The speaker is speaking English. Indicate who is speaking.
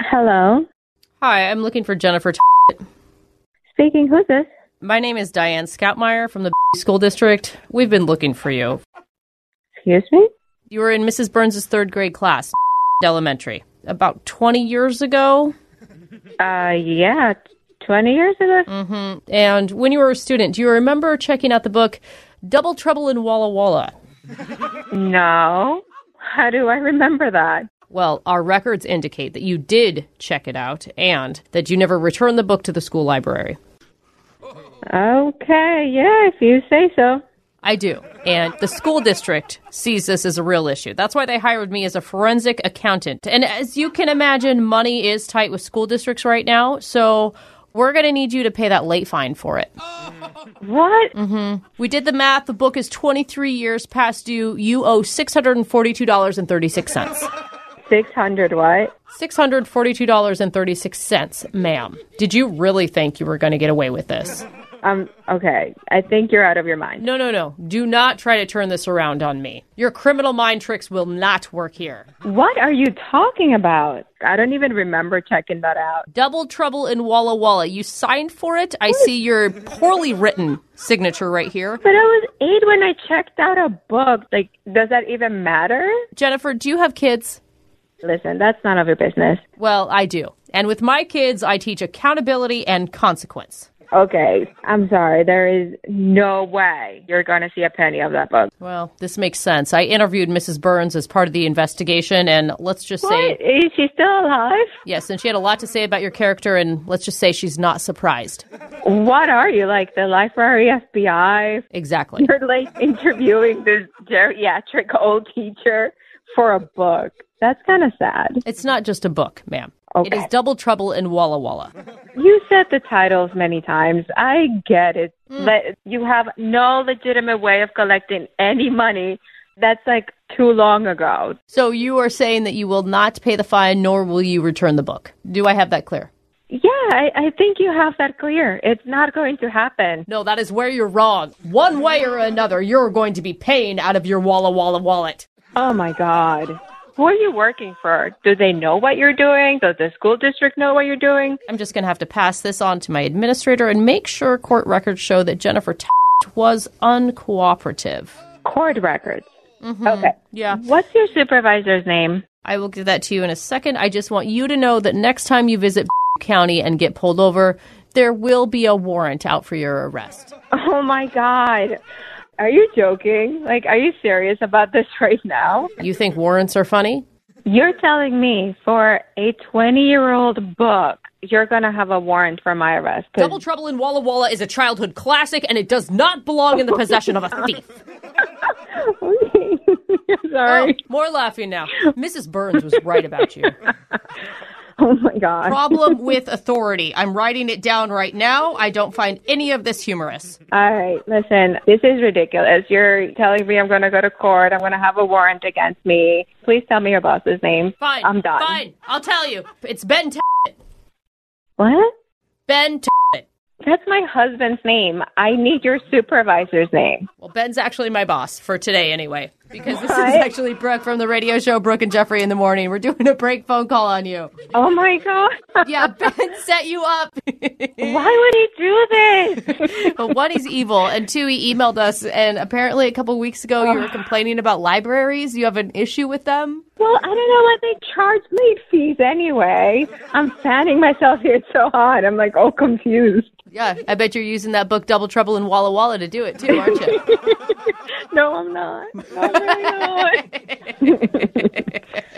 Speaker 1: Hello.
Speaker 2: Hi, I'm looking for Jennifer. T-
Speaker 1: Speaking, who's this?
Speaker 2: My name is Diane Scoutmeyer from the school district. We've been looking for you.
Speaker 1: Excuse me?
Speaker 2: You were in Mrs. Burns' third grade class, elementary, about 20 years ago.
Speaker 1: Uh, yeah, 20 years ago?
Speaker 2: hmm And when you were a student, do you remember checking out the book Double Trouble in Walla Walla?
Speaker 1: No. How do I remember that?
Speaker 2: Well, our records indicate that you did check it out and that you never returned the book to the school library.
Speaker 1: Okay, yeah, if you say so.
Speaker 2: I do. And the school district sees this as a real issue. That's why they hired me as a forensic accountant. And as you can imagine, money is tight with school districts right now. So we're going to need you to pay that late fine for it.
Speaker 1: What?
Speaker 2: We did the math. The book is 23 years past due. You owe $642.36.
Speaker 1: 600, what?
Speaker 2: $642.36, ma'am. Did you really think you were going to get away with this?
Speaker 1: Um, okay, I think you're out of your mind.
Speaker 2: No, no, no. Do not try to turn this around on me. Your criminal mind tricks will not work here.
Speaker 1: What are you talking about? I don't even remember checking that out.
Speaker 2: Double Trouble in Walla Walla. You signed for it. I see your poorly written signature right here.
Speaker 1: But I was eight when I checked out a book. Like, does that even matter?
Speaker 2: Jennifer, do you have kids?
Speaker 1: Listen, that's none of your business.
Speaker 2: Well, I do. And with my kids, I teach accountability and consequence.
Speaker 1: Okay, I'm sorry. There is no way you're going to see a penny of that book.
Speaker 2: Well, this makes sense. I interviewed Mrs. Burns as part of the investigation, and let's just say,
Speaker 1: What? Is she still alive?
Speaker 2: yes, and she had a lot to say about your character, and let's just say she's not surprised.
Speaker 1: What are you, like the library FBI?
Speaker 2: Exactly.
Speaker 1: You're like interviewing this geriatric old teacher for a book. That's kind of sad.
Speaker 2: It's not just a book, ma'am. It
Speaker 1: Okay.
Speaker 2: is Double Trouble in Walla Walla.
Speaker 1: You said the titles many times. I get it. But you have no legitimate way of collecting any money. That's like too long ago.
Speaker 2: So you are saying that you will not pay the fine, nor will you return the book. Do I have that clear?
Speaker 1: Yeah, I, I think you have that clear. It's not going to happen.
Speaker 2: No, that is where you're wrong. One way or another, you're going to be paying out of your Walla Walla wallet.
Speaker 1: Oh my God. Who are you working for? Do they know what you're doing? Does the school district know what you're doing?
Speaker 2: I'm just going to have to pass this on to my administrator and make sure court records show that Jennifer T- was uncooperative.
Speaker 1: Court records. Okay.
Speaker 2: Yeah.
Speaker 1: What's your supervisor's name?
Speaker 2: I will give that to you in a second. I just want you to know that next time you visit county and get pulled over, there will be a warrant out for your arrest.
Speaker 1: Oh my God. Are you joking? Like, are you serious about this right now?
Speaker 2: You think warrants are funny?
Speaker 1: You're telling me for a 20 year old book, you're going to have a warrant for my arrest. 'Cause-
Speaker 2: Double Trouble in Walla Walla is a childhood classic and it does not belong in the possession of a thief.
Speaker 1: Sorry.
Speaker 2: Oh, More laughing now. Mrs. Burns was right about you.
Speaker 1: Oh. my God.
Speaker 2: Problem with authority. I'm writing it down right now. I don't find any of this humorous.
Speaker 1: All right, listen, this is ridiculous. You're telling me I'm going to go to court. I'm going to have a warrant against me. Please tell me your boss's name.
Speaker 2: Fine.
Speaker 1: I'm done.
Speaker 2: Fine. I'll tell you. It's Ben T-
Speaker 1: What?
Speaker 2: Ben T-
Speaker 1: That's my husband's name. I need your supervisor's name.
Speaker 2: Well, Ben's actually my boss for today anyway. Because this is
Speaker 1: Hi.
Speaker 2: actually Brooke from the radio show Brooke and Jeffrey in the morning. We're doing a break phone call on you.
Speaker 1: Oh my God.
Speaker 2: Yeah, Ben set you up.
Speaker 1: Why would he do this?
Speaker 2: But one, he's evil, and two, he emailed us. And apparently, a couple weeks ago, you were complaining about libraries. You have an issue with them.
Speaker 1: well, I don't know why they charge late fees anyway. I'm fanning myself here It's so hot. I'm like all confused.
Speaker 2: Yeah, I bet you're using that book Double Trouble in Walla Walla to do it too, aren't you?
Speaker 1: No, I'm not. No, I'm really not.